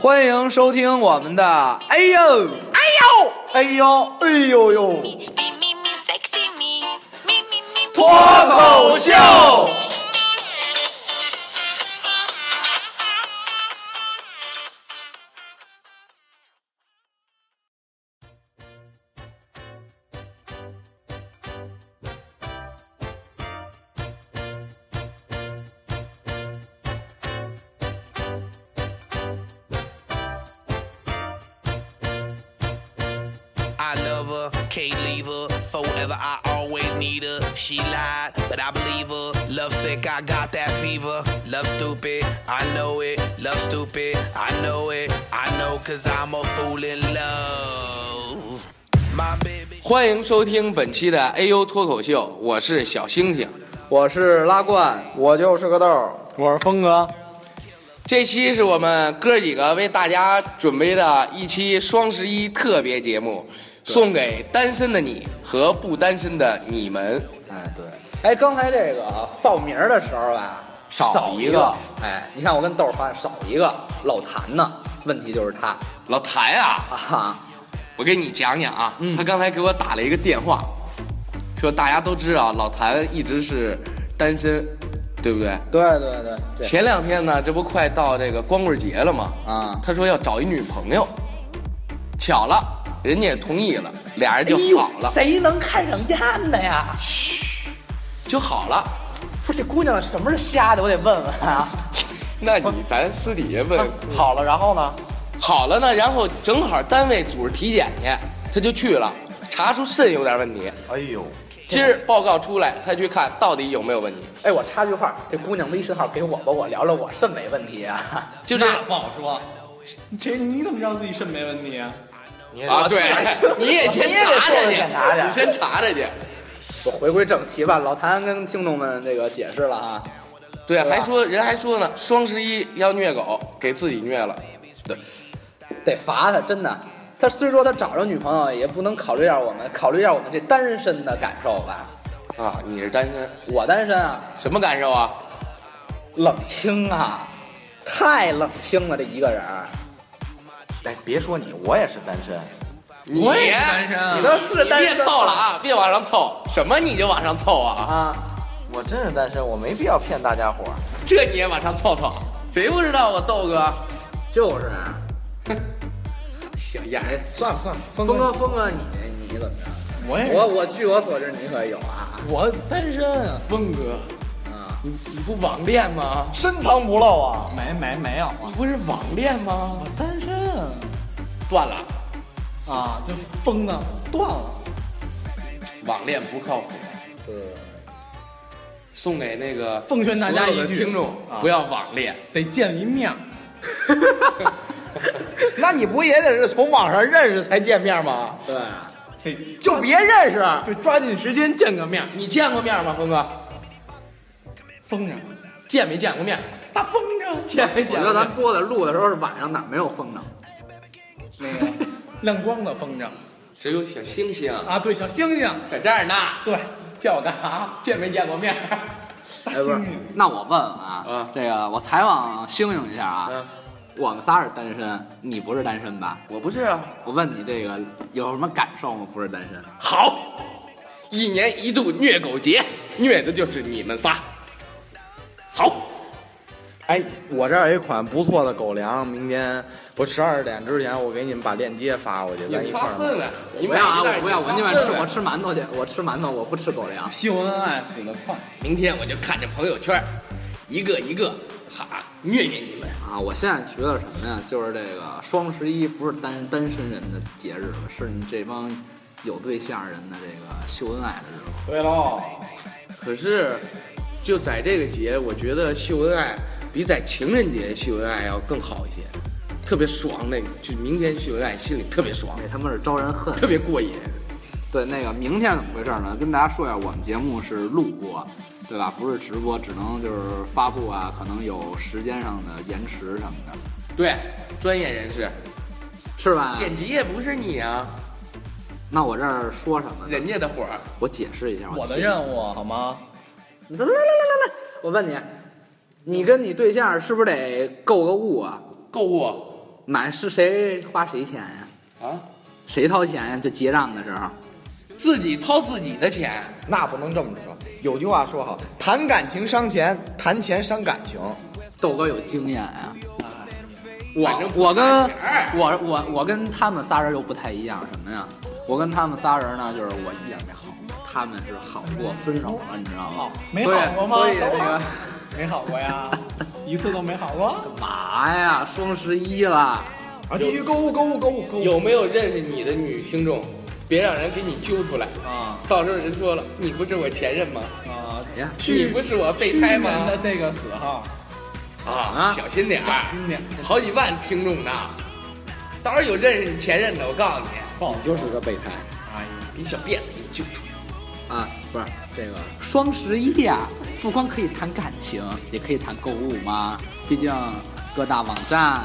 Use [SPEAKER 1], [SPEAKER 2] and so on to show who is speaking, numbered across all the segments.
[SPEAKER 1] 欢迎收听我们的，哎呦，哎呦，哎呦，哎呦呦，
[SPEAKER 2] Me, me, me, sexy me. Me, me, me,
[SPEAKER 1] 脱口秀。
[SPEAKER 3] I love her, can't leave her. Forever, I always need her. She lied, but I believe her. Love sick, I got that fever. Love stupid, I know it. Love stupid, I know it. I know, cause I'm a fool in love. My baby.
[SPEAKER 4] 欢迎收听本期的 A U 脱口秀，我是小星星。
[SPEAKER 1] 我是拉罐，
[SPEAKER 5] 我就是个豆儿，
[SPEAKER 6] 我是峰哥，
[SPEAKER 4] 这期是我们哥几个为大家准备的一期双十一特别节目，送给单身的你和不单身的你们。
[SPEAKER 1] 哎对，哎刚才这个啊报名的时候吧，
[SPEAKER 4] 少
[SPEAKER 1] 一
[SPEAKER 4] 一个
[SPEAKER 1] 哎，你看我跟豆儿发现少一个，老谭呢，问题就是他
[SPEAKER 4] 老谭啊，
[SPEAKER 1] 啊哈，
[SPEAKER 4] 我给你讲讲啊，
[SPEAKER 1] 嗯
[SPEAKER 4] 他刚才给我打了一个电话，说大家都知道老谭一直是单身，对不对？
[SPEAKER 1] 对对对对，
[SPEAKER 4] 前两天呢，这不快到这个光棍节了吗？
[SPEAKER 1] 啊
[SPEAKER 4] 他说要找一女朋友，巧了，人家也同意了，俩
[SPEAKER 1] 哎
[SPEAKER 4] 人就好了，
[SPEAKER 1] 谁能看上燕的呀？
[SPEAKER 4] 就好了。
[SPEAKER 1] 不是这姑娘什么是瞎的，我得问问啊。
[SPEAKER 4] 那你咱私底下问，
[SPEAKER 6] 好了，然后呢？
[SPEAKER 4] 好了呢，然后正好单位组织体检去，他就去了，查出肾有点问题。
[SPEAKER 5] 哎呦，
[SPEAKER 4] 今儿报告出来，他去看到底有没有问题。
[SPEAKER 1] 哎，我插句话，这姑娘微信号给我吧，我聊聊我肾没问题啊。
[SPEAKER 4] 就这
[SPEAKER 6] 不好说。这你怎么知道自己肾没问题啊？
[SPEAKER 4] 啊，对，你也先
[SPEAKER 1] 你也得
[SPEAKER 4] 查查
[SPEAKER 1] 说
[SPEAKER 4] 去
[SPEAKER 1] 先查，查
[SPEAKER 4] 你先查查去。
[SPEAKER 1] 我回归正题吧，老谭跟听众们这个解释了啊，
[SPEAKER 4] 对，
[SPEAKER 1] 吧
[SPEAKER 4] 还说人还说呢，双十一要虐狗，给自己虐了。
[SPEAKER 1] 得罚他，真的。他虽说他找着女朋友，也不能考虑一下我们，考虑一下我们这单身的感受吧。
[SPEAKER 4] 啊，你是单身，
[SPEAKER 1] 我单身啊，
[SPEAKER 4] 什么感受啊？
[SPEAKER 1] 冷清啊，太冷清了，这一个人儿。
[SPEAKER 5] 哎，别说你，我也是单身。
[SPEAKER 4] 你
[SPEAKER 1] 我也是
[SPEAKER 6] 单身啊
[SPEAKER 4] 你
[SPEAKER 1] 你
[SPEAKER 4] 都
[SPEAKER 1] 都
[SPEAKER 4] 是
[SPEAKER 1] 是
[SPEAKER 4] 单
[SPEAKER 1] 单
[SPEAKER 4] 身
[SPEAKER 1] 身
[SPEAKER 4] 你别凑了啊，别往上凑，什么你就往上凑啊？
[SPEAKER 1] 啊，
[SPEAKER 5] 我真是单身，我没必要骗大家伙儿。
[SPEAKER 4] 这你也往上凑凑？谁不知道我豆哥？
[SPEAKER 1] 就是啊。
[SPEAKER 4] 小样儿，
[SPEAKER 6] 算了算了，峰
[SPEAKER 1] 峰哥，，峰哥，你你怎么着？
[SPEAKER 6] 我也
[SPEAKER 1] 我
[SPEAKER 6] 我
[SPEAKER 1] 我据我所知，你可有啊？
[SPEAKER 6] 我单身啊，
[SPEAKER 4] 峰哥，
[SPEAKER 1] 啊，
[SPEAKER 4] 你你不网恋吗？
[SPEAKER 5] 深藏不露啊！
[SPEAKER 6] 没没没有啊，
[SPEAKER 4] 你不是网恋吗？
[SPEAKER 6] 我单身
[SPEAKER 4] 断了，
[SPEAKER 6] 啊，就崩了，断了。
[SPEAKER 4] 网恋不靠谱。
[SPEAKER 1] 对。
[SPEAKER 4] 送给那个
[SPEAKER 6] 奉劝大家
[SPEAKER 4] 所有的
[SPEAKER 6] 一句
[SPEAKER 4] 听众
[SPEAKER 6] 啊
[SPEAKER 4] 不要网恋。
[SPEAKER 6] 得见一面，
[SPEAKER 5] 那你不也得是从网上认识才见面吗？
[SPEAKER 1] 对，
[SPEAKER 6] 得
[SPEAKER 5] 就别认识。啊
[SPEAKER 6] 对抓紧时间见个面，
[SPEAKER 4] 你见过面吗，峰哥？
[SPEAKER 6] 风筝，
[SPEAKER 4] 见没见过面？
[SPEAKER 6] 大风筝，
[SPEAKER 4] 见没
[SPEAKER 1] 我
[SPEAKER 4] 见
[SPEAKER 1] 觉
[SPEAKER 4] 过
[SPEAKER 1] 得
[SPEAKER 4] 面
[SPEAKER 1] 咱？播的录的时候是晚上，哪没有风筝？
[SPEAKER 6] 那个亮光的风筝
[SPEAKER 4] 只有小星星
[SPEAKER 6] 啊，对，小星星，
[SPEAKER 4] 在这儿呢，
[SPEAKER 6] 对，
[SPEAKER 4] 叫我干啥？见没见过面？
[SPEAKER 6] 大
[SPEAKER 1] 哎，
[SPEAKER 6] 星
[SPEAKER 1] 不是
[SPEAKER 6] 星，，
[SPEAKER 1] 那我问问啊，
[SPEAKER 4] 嗯
[SPEAKER 1] 这个我采访星星一下啊，
[SPEAKER 4] 嗯
[SPEAKER 1] 我们仨是单身，你不是单身吧？
[SPEAKER 4] 我不是啊。
[SPEAKER 1] 我问你这个有什么感受吗？不是单身，
[SPEAKER 4] 好，一年一度虐狗节，虐的就是你们仨。好，
[SPEAKER 5] 哎，我这儿有一款不错的狗粮，明天不十二点之前，我给你们把链接发过去，
[SPEAKER 4] 你
[SPEAKER 5] 咱
[SPEAKER 4] 们
[SPEAKER 5] 一块
[SPEAKER 4] 仨
[SPEAKER 5] 儿买。
[SPEAKER 4] 分了，你
[SPEAKER 1] 不
[SPEAKER 4] 们
[SPEAKER 1] 要啊，
[SPEAKER 4] 俩一袋
[SPEAKER 1] 我不要，
[SPEAKER 4] 你
[SPEAKER 1] 我
[SPEAKER 4] 们仨
[SPEAKER 1] 宁愿吃
[SPEAKER 4] 分了
[SPEAKER 1] 我吃馒头去，我吃馒头，我不吃狗粮。
[SPEAKER 6] 秀恩爱死得快，
[SPEAKER 4] 明天我就看着朋友圈，一个一个哈虐虐你们。
[SPEAKER 1] 啊，我现在觉得什么呀？就是这个双十一不是单单身人的节日了，是你这帮有对象人的这个秀恩爱的日子。
[SPEAKER 5] 对喽，
[SPEAKER 4] 可是，就在这个节，我觉得秀恩爱比在情人节秀恩爱要更好一些，特别爽。那就明天秀恩爱，心里特别爽，
[SPEAKER 1] 那他妈是招人恨。
[SPEAKER 4] 特别过瘾。
[SPEAKER 1] 对，那个明天怎么回事呢？跟大家说一下，我们节目是录播，对吧？不是直播，只能就是发布啊，可能有时间上的延迟什么的，
[SPEAKER 4] 对，专业人士，
[SPEAKER 1] 是吧？
[SPEAKER 4] 剪辑也不是你啊，
[SPEAKER 1] 那我这儿说什么呢？
[SPEAKER 4] 人家的活儿。
[SPEAKER 1] 我解释一下，
[SPEAKER 6] 我的
[SPEAKER 1] 解
[SPEAKER 6] 任务好吗？
[SPEAKER 1] 你怎么来来来来来，我问你，你跟你对象是不是得购个物啊？
[SPEAKER 4] 购物，
[SPEAKER 1] 买是谁花谁钱呀、
[SPEAKER 4] 啊，
[SPEAKER 1] 谁掏钱呀？就结账的时候，
[SPEAKER 4] 自己掏自己的钱，
[SPEAKER 5] 那不能这么说。有句话说好，谈感情伤钱，谈钱伤感情。
[SPEAKER 1] 豆哥有经验呀、
[SPEAKER 4] 反正
[SPEAKER 1] 我我
[SPEAKER 4] 不
[SPEAKER 1] 跟
[SPEAKER 4] 差钱儿
[SPEAKER 1] 我我我跟他们仨人又不太一样，什么呀？我跟他们仨人呢，就是我一点没好，他们是好过分手了，你知道吗？
[SPEAKER 6] 没
[SPEAKER 1] 所以
[SPEAKER 6] 好过吗
[SPEAKER 1] 所以
[SPEAKER 6] 等
[SPEAKER 1] 这
[SPEAKER 6] 会儿
[SPEAKER 1] 个
[SPEAKER 6] 没好过呀，一次都没好过。
[SPEAKER 1] 干嘛呀？双十一了，
[SPEAKER 5] 啊，继续购物，购物，购物，购物。
[SPEAKER 4] 有没有认识你的女听众？别让人给你揪出来，
[SPEAKER 6] 啊
[SPEAKER 4] 到时候人说了，你不是我前任吗？
[SPEAKER 6] 啊，
[SPEAKER 1] 哎呀，
[SPEAKER 4] 你不是我备胎
[SPEAKER 6] 去年
[SPEAKER 4] 吗
[SPEAKER 6] 的？这个死号，
[SPEAKER 4] 啊，小心点儿，
[SPEAKER 6] 今年
[SPEAKER 4] 好几万听众呢。到时候有认识你前任的，我告诉你，
[SPEAKER 6] 爆
[SPEAKER 5] 你就是个备胎。
[SPEAKER 6] 哎呀，
[SPEAKER 4] 你小辫子给你揪出来。
[SPEAKER 1] 啊，不是这个双十一啊，不光可以谈感情，也可以谈购物嘛。毕竟各大网站、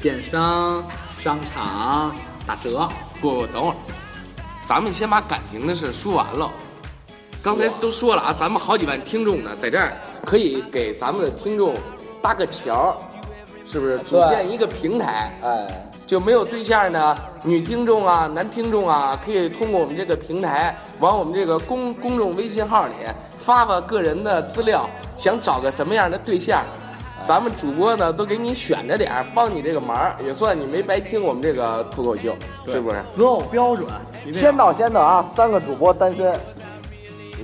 [SPEAKER 1] 电商、商场打折。
[SPEAKER 4] 不不，等会儿，咱们先把感情的事说完了。刚才都说了啊，咱们好几万听众呢，在这儿可以给咱们的听众搭个桥，是不是？组建一个平台，
[SPEAKER 1] 哎，
[SPEAKER 4] 就没有对象呢，女听众啊、男听众啊，可以通过我们这个平台，往我们这个公公众微信号里发发个人的资料，想找个什么样的对象，咱们主播呢都给你选着点儿，帮你这个忙儿，也算你没白听我们这个脱口秀，是不是？
[SPEAKER 6] 择偶标准，一定要
[SPEAKER 5] 到先到啊，三个主播单身。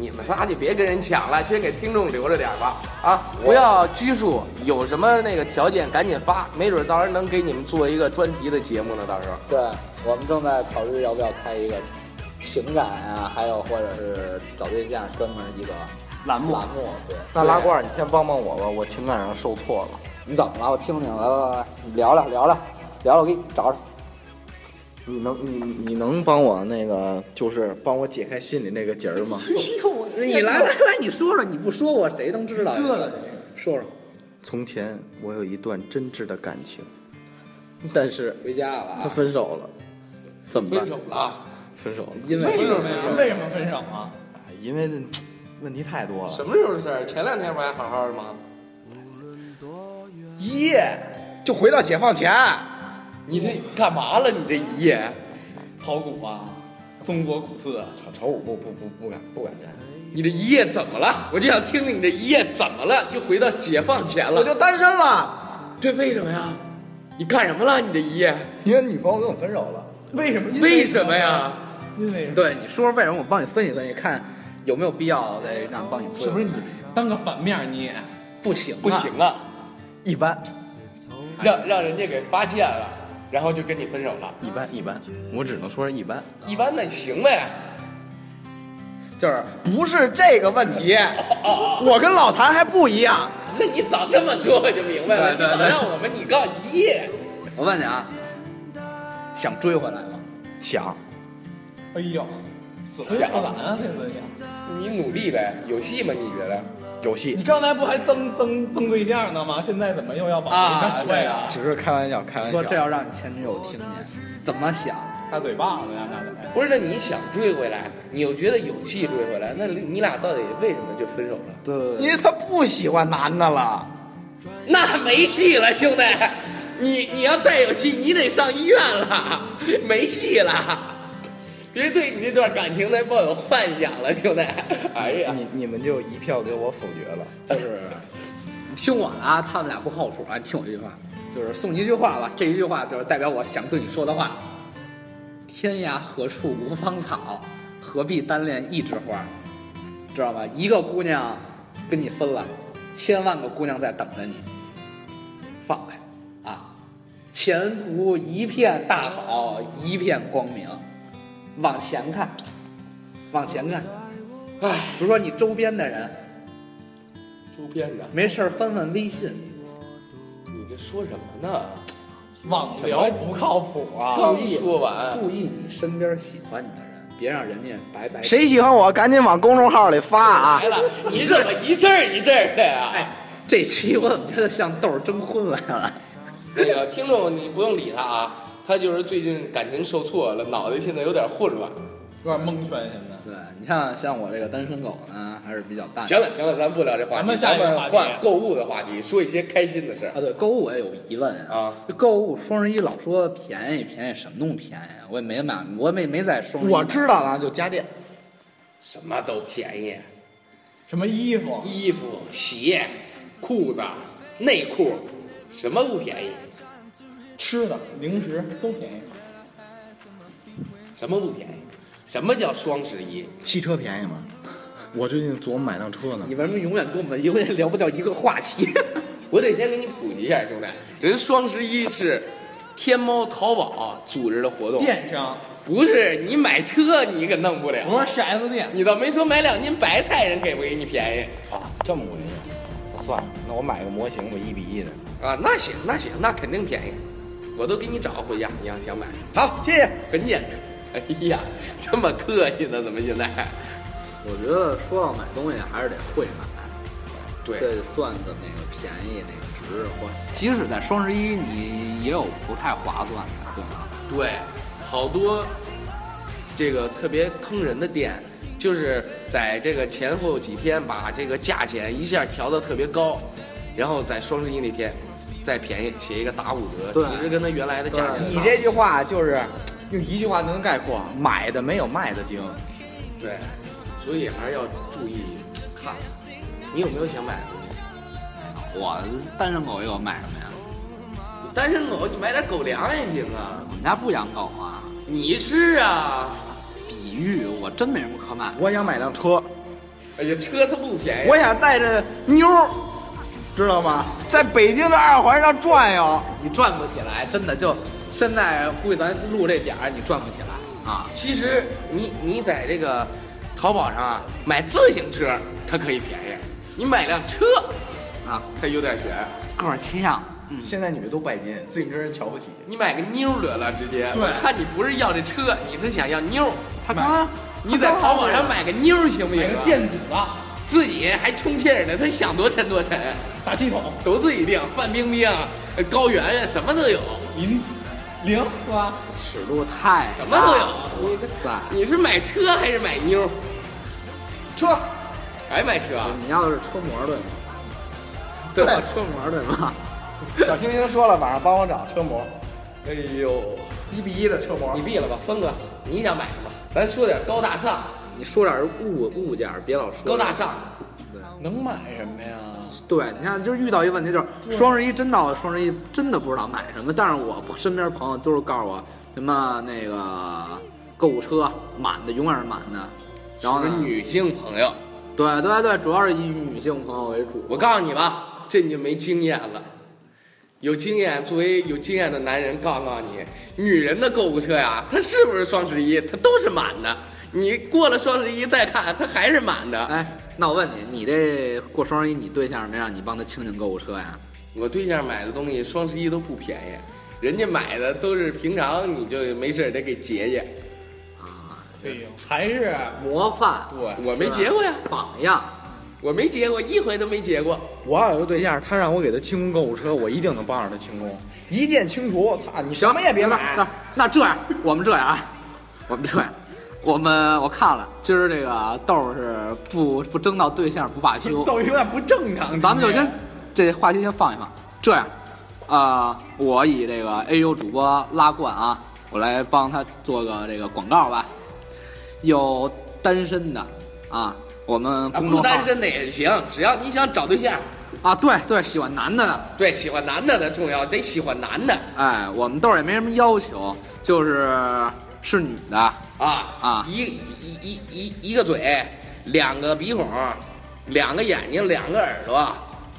[SPEAKER 4] 你们仨就别跟人抢了，先给听众留着点儿吧，啊，不要拘束，有什么那个条件赶紧发，没准到时候能给你们做一个专题的节目呢，到时候。
[SPEAKER 1] 对我们正在考虑要不要开一个情感啊，还有或者是找对象专门一个
[SPEAKER 6] 栏目
[SPEAKER 1] 栏目。对，
[SPEAKER 5] 那拉罐儿，你先帮帮我吧，我情感上受挫了。
[SPEAKER 1] 你怎么了？我听听，来来来，你聊聊聊聊聊聊，我给你找找。
[SPEAKER 5] 你能你你能帮我那个，就是帮我解开心里那个结儿吗？
[SPEAKER 1] 你来来来，你说说，你不说我谁能知道？哥哥，说说，
[SPEAKER 5] 从前我有一段真挚的感情，但是
[SPEAKER 1] 回家了
[SPEAKER 5] 他
[SPEAKER 1] 啊。
[SPEAKER 5] 分手了，怎么办？
[SPEAKER 4] 了。
[SPEAKER 5] 分手了，
[SPEAKER 1] 因为
[SPEAKER 6] 为什么呀？为什么分手啊？
[SPEAKER 5] 哎因为问题太多了。
[SPEAKER 4] 什么时候的事儿？前两天不还好好的吗？
[SPEAKER 5] 一夜就回到解放前，
[SPEAKER 4] 你这干嘛了？你这一夜？
[SPEAKER 6] 炒股啊，中国股市啊，
[SPEAKER 4] 炒炒我不不不不敢不敢沾。你这一夜怎么了？我就想听听你这一夜怎么了，就回到解放前
[SPEAKER 5] 我
[SPEAKER 4] 了。
[SPEAKER 5] 就单身了。
[SPEAKER 4] 这为什么呀？你干什么了？你这一夜
[SPEAKER 5] 因为女朋友跟我分手了，
[SPEAKER 6] 为什么？
[SPEAKER 4] 为什么？呀？
[SPEAKER 6] 因为什么？
[SPEAKER 1] 对， 你说说为什么？我帮你分析分析，看有没有必要再让帮你恢复。
[SPEAKER 6] 是不是你当个反面你也
[SPEAKER 1] 不行？
[SPEAKER 4] 不行，啊，
[SPEAKER 5] 一般
[SPEAKER 4] 让让人家给发现了，然后就跟你分手了。
[SPEAKER 5] 一般一般，我只能说是一般，
[SPEAKER 4] 一般的行呗。
[SPEAKER 1] 就是
[SPEAKER 5] 不是这个问题。我跟老谭还不一样，
[SPEAKER 4] 那你早这么说我就明白了。
[SPEAKER 1] 对对
[SPEAKER 4] 你
[SPEAKER 1] 对
[SPEAKER 4] 早让我们你告诉你一夜，
[SPEAKER 1] 我问你啊，想追回来吗？
[SPEAKER 5] 想
[SPEAKER 6] 哎呦，死灰复燃啊！这次也，
[SPEAKER 4] 你努力呗，有戏吗？你觉得？
[SPEAKER 5] 有
[SPEAKER 6] 你
[SPEAKER 5] 戏，
[SPEAKER 6] 刚才不还争争争对象呢吗？现在怎么又要把
[SPEAKER 1] 啊
[SPEAKER 6] 对啊，
[SPEAKER 5] 只是开玩笑，开玩
[SPEAKER 1] 说这
[SPEAKER 5] 笑。
[SPEAKER 1] 要让你前女友听见，怎么想？
[SPEAKER 6] 大嘴巴子呀，大嘴。
[SPEAKER 4] 不是，那你想追回来，你又觉得有戏追回来，那你俩到底为什么就分手了？
[SPEAKER 1] 对对
[SPEAKER 5] 因为他不喜欢男的了。
[SPEAKER 4] 那没戏了，兄弟，你你要再有戏，你得上医院了， 没戏了。别对你这段感情再抱有幻想了，兄弟。 哎呀，
[SPEAKER 5] 你你们就一票给我否决了。
[SPEAKER 1] 就是你听我的啊，他们俩不靠谱啊！你听我这句话，就是送你一句话吧，这一句话就是代表我想对你说的话：天涯何处无芳草，何必单恋一枝花？知道吧？一个姑娘跟你分了，千万个姑娘在等着你，放开啊！前途一片大好，一片光明，往前看，往前看。 唉，不是说你周边的人，
[SPEAKER 4] 周边的，
[SPEAKER 1] 没事儿翻翻微信，
[SPEAKER 4] 你这说什么呢？
[SPEAKER 6] 网聊不靠谱啊！
[SPEAKER 4] 刚说完，
[SPEAKER 1] 注意你身边喜欢你的人，别让人家白白。？
[SPEAKER 5] 谁喜欢我，赶紧往公众号里发啊
[SPEAKER 4] 来！了， 你怎么一阵儿一阵儿的 呀？
[SPEAKER 1] 哎，这期我怎么觉得像豆儿征婚来了？
[SPEAKER 4] 那个听众，你不用理他啊，他就是最近感情受挫了，脑袋现在有点混乱，
[SPEAKER 6] 有点蒙圈现在。
[SPEAKER 1] 对你像像我这个单身狗呢，还是比较淡。
[SPEAKER 4] 行了行了，咱不聊这话题，
[SPEAKER 6] 啊咱们下一个话题
[SPEAKER 4] 换购物的话题，说一些开心的事儿。
[SPEAKER 1] 啊，对，购物我也有疑问
[SPEAKER 4] 啊
[SPEAKER 1] 这购物双十一老说便宜便宜，什么东西便宜啊？我也没买，我也没没在双十一。
[SPEAKER 5] 我知道了啊，就家电，
[SPEAKER 4] 什么都便宜，
[SPEAKER 6] 什么衣服？
[SPEAKER 4] 衣服、鞋、裤子、内裤，什么不便宜？
[SPEAKER 6] 吃的、零食都便宜。
[SPEAKER 4] 什么不便宜？什么叫双十一？
[SPEAKER 5] 汽车便宜吗？我最近琢磨买辆车呢。
[SPEAKER 1] 你为什么永远跟我们永远聊不到一个话题？
[SPEAKER 4] 我得先给你普及一下，兄弟，人双十一是天猫、淘宝组织的活动，
[SPEAKER 6] 电商，
[SPEAKER 4] 不是你买车你可弄不了。
[SPEAKER 6] 我说 4S 店，
[SPEAKER 4] 你倒没说买两斤白菜，人给不给你便宜
[SPEAKER 5] 啊，这么回事？那算了，那我买个模型吧，一比一的。
[SPEAKER 4] 啊？那行，那行，那肯定便宜，我都给你找回家，你要想买，
[SPEAKER 5] 好，谢谢。
[SPEAKER 4] 很简单。哎呀，这么客气呢，怎么现在？
[SPEAKER 1] 我觉得说要买东西还是得会买。
[SPEAKER 4] 对，
[SPEAKER 1] 这算的那个便宜那个值，或即使在双十一，你也有不太划算的，对吗？
[SPEAKER 4] 对，好多这个特别坑人的店，就是在这个前后几天把这个价钱一下调的特别高，然后在双十一那天再便宜写一个打五折，
[SPEAKER 1] 对
[SPEAKER 4] 其实跟它原来的价钱
[SPEAKER 5] 你
[SPEAKER 4] 差不
[SPEAKER 5] 这
[SPEAKER 4] 多
[SPEAKER 5] 句话就是哎用一句话就能概括：买的没有卖的精。
[SPEAKER 4] 对，所以还是要注意看，你有没有想买的东西？
[SPEAKER 1] 我单身狗也有买什么呀？
[SPEAKER 4] 你单身狗，你买点狗粮也行啊，
[SPEAKER 1] 我们家不养狗啊。
[SPEAKER 4] 你是啊，
[SPEAKER 1] 比喻我真没什么可买。
[SPEAKER 5] 我想买辆车，
[SPEAKER 4] 哎呀，车它不便宜，
[SPEAKER 5] 我想带着妞儿，知道吗？在北京的二环上转悠。
[SPEAKER 1] 你赚不起来，真的就现在估计咱录这点儿，你赚不起来啊。
[SPEAKER 4] 其实你你在这个淘宝上啊买自行车，它可以便宜；你买辆车
[SPEAKER 1] 啊，
[SPEAKER 4] 它有点悬。
[SPEAKER 1] 个儿轻啊，嗯，
[SPEAKER 5] 现在女的都拜金，自行车人瞧不起。
[SPEAKER 4] 你买个妞儿得了，直接。
[SPEAKER 6] 对啊
[SPEAKER 4] 我看你不是要这车，你是想要妞儿。
[SPEAKER 1] 他刚刚
[SPEAKER 4] 你在淘宝上买个妞儿行不行
[SPEAKER 6] 买个
[SPEAKER 4] 啊？
[SPEAKER 6] 电子的
[SPEAKER 4] 自己还充气儿呢，他想多沉多沉，
[SPEAKER 6] 打气筒，
[SPEAKER 4] 都自己定。范冰冰、呃高圆圆什么都有，
[SPEAKER 6] 零零是吧？
[SPEAKER 1] 尺度太
[SPEAKER 4] 什么都有。
[SPEAKER 1] 哇塞！
[SPEAKER 4] 你是买车还是买妞儿？车，还买车啊？
[SPEAKER 1] 你要的是车模对吗？
[SPEAKER 4] 对
[SPEAKER 1] 要车模对吗？
[SPEAKER 5] 小星星说了，晚上帮我找车模，
[SPEAKER 4] 哎呦，
[SPEAKER 5] 一比一的车模
[SPEAKER 4] 你。闭了吧，峰哥，你想买什么？咱说点高大上，
[SPEAKER 1] 你说点儿物物件儿，别老说
[SPEAKER 4] 高大上。
[SPEAKER 6] 能买什么呀？
[SPEAKER 1] 对，你看，就是遇到一个问题，就是双十一真到了双十一，真的不知道买什么。但是我身边朋友都是告诉我，什么那个购物车满的，永远是满的。然后
[SPEAKER 4] 是
[SPEAKER 1] 呢，
[SPEAKER 4] 女性朋友，
[SPEAKER 1] 对对对，主要是以女性朋友为主。
[SPEAKER 4] 我告诉你吧，这你就没经验了。有经验，作为有经验的男人，告诉你，女人的购物车呀，它是不是双十一，它都是满的。你过了双十一再看，它还是满的。
[SPEAKER 1] 哎，那我问你，你这过双十一，你对象没让你帮他清清购物车呀？
[SPEAKER 4] 我对象买的东西，双十一都不便宜，人家买的都是平常你就没事儿得给结结。
[SPEAKER 6] 哎呦，还是
[SPEAKER 1] 模范
[SPEAKER 6] 对，
[SPEAKER 4] 我没结过呀，
[SPEAKER 1] 榜样，
[SPEAKER 4] 我没结过，一回都没结过。
[SPEAKER 5] 我要有个对象，他让我给他清空购物车，我一定能帮上他清空，一键清除。操，你什么也别买。
[SPEAKER 1] 那那这样，我们这样啊，我们这样，我们我看了，今儿这个豆儿是不不争到对象不罢 休。
[SPEAKER 6] 豆有点不正常。
[SPEAKER 1] 咱们就
[SPEAKER 6] 今
[SPEAKER 1] 先
[SPEAKER 6] 天
[SPEAKER 1] 这话题先放一放。这样，啊、我以这个 AU 主播拉冠啊，我来帮他做个这个广告吧。有单身的啊，我们
[SPEAKER 4] 啊，
[SPEAKER 1] 公众
[SPEAKER 4] 不
[SPEAKER 1] 号
[SPEAKER 4] 单身的也行，只要你想找对象，
[SPEAKER 1] 啊，对对，喜欢男的的，
[SPEAKER 4] 对，喜欢男的的重要，得喜欢男的
[SPEAKER 1] 哎，我们豆儿也没什么要求，就是是女的，
[SPEAKER 4] 啊
[SPEAKER 1] 啊
[SPEAKER 4] 一一一一一个嘴，两个鼻孔，两个眼睛，两个耳朵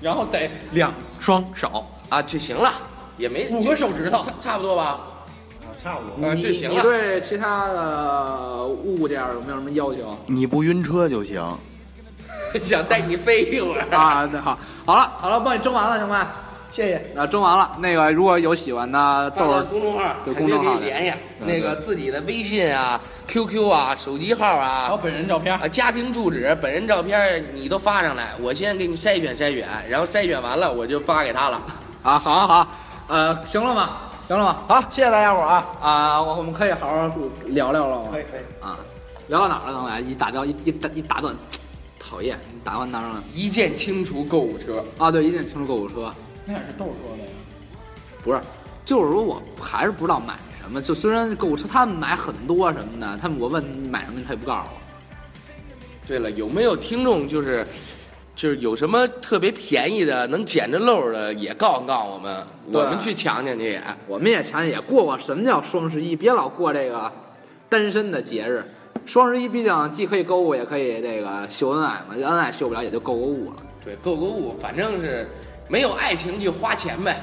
[SPEAKER 6] 然后得两双手，
[SPEAKER 4] 啊就行了，也没
[SPEAKER 6] 五个手指头啊
[SPEAKER 4] 差差不多吧，
[SPEAKER 6] 差不多。
[SPEAKER 4] 嗯，
[SPEAKER 1] 你
[SPEAKER 4] 就行
[SPEAKER 1] 你
[SPEAKER 4] 了。
[SPEAKER 1] 对其他的物件有没有什么要求？
[SPEAKER 5] 你不晕车就行。
[SPEAKER 4] 想带你飞一 会儿，
[SPEAKER 1] 啊，那好，好了好了，帮你争完了，行吧？
[SPEAKER 5] 谢谢。
[SPEAKER 1] 那争完了，那个如果有喜欢的
[SPEAKER 4] 发
[SPEAKER 1] 豆
[SPEAKER 4] 到
[SPEAKER 1] 儿
[SPEAKER 4] 公众号，
[SPEAKER 1] 对
[SPEAKER 4] 肯定
[SPEAKER 1] 公众
[SPEAKER 4] 给
[SPEAKER 1] 号嗯
[SPEAKER 4] 你联系。
[SPEAKER 1] 对
[SPEAKER 4] 那个自己的微信啊、QQ 啊、手机号
[SPEAKER 6] 还
[SPEAKER 4] 啊
[SPEAKER 6] 有、本人照片
[SPEAKER 4] 啊，家庭住址、本人照片你都发上来，我先给你筛选筛选，然后筛选完了我就发给他了。
[SPEAKER 1] 啊，好啊好啊，呃，行了吗？行了吗？
[SPEAKER 5] 好，谢谢大家伙儿啊。
[SPEAKER 1] 啊，我我们可以好好聊聊了吗？
[SPEAKER 5] 可以。
[SPEAKER 1] 啊，聊到哪儿了？刚才一打掉一一打一打断，讨厌，打断当中了
[SPEAKER 4] 一键清除购物车，
[SPEAKER 1] 啊！对，一键清除购物车，
[SPEAKER 6] 那也是豆说的呀。
[SPEAKER 1] 不是，就是说我还是不知道买什么。就虽然购物车他们买很多什么的，他们我问你买什么，他也不告诉我。
[SPEAKER 4] 对了，有没有听众就是就是有什么特别便宜的能捡着漏儿的也告诉告诉我们，
[SPEAKER 1] 对啊
[SPEAKER 4] 我们去抢抢去也。
[SPEAKER 1] 我们也强烈也过过什么叫双十一，别老过这个单身的节日。双十一毕竟既可以购物，也可以这个秀恩爱嘛，恩爱秀不了也就购个物了。
[SPEAKER 4] 对，购购物，反正是没有爱情就花钱呗。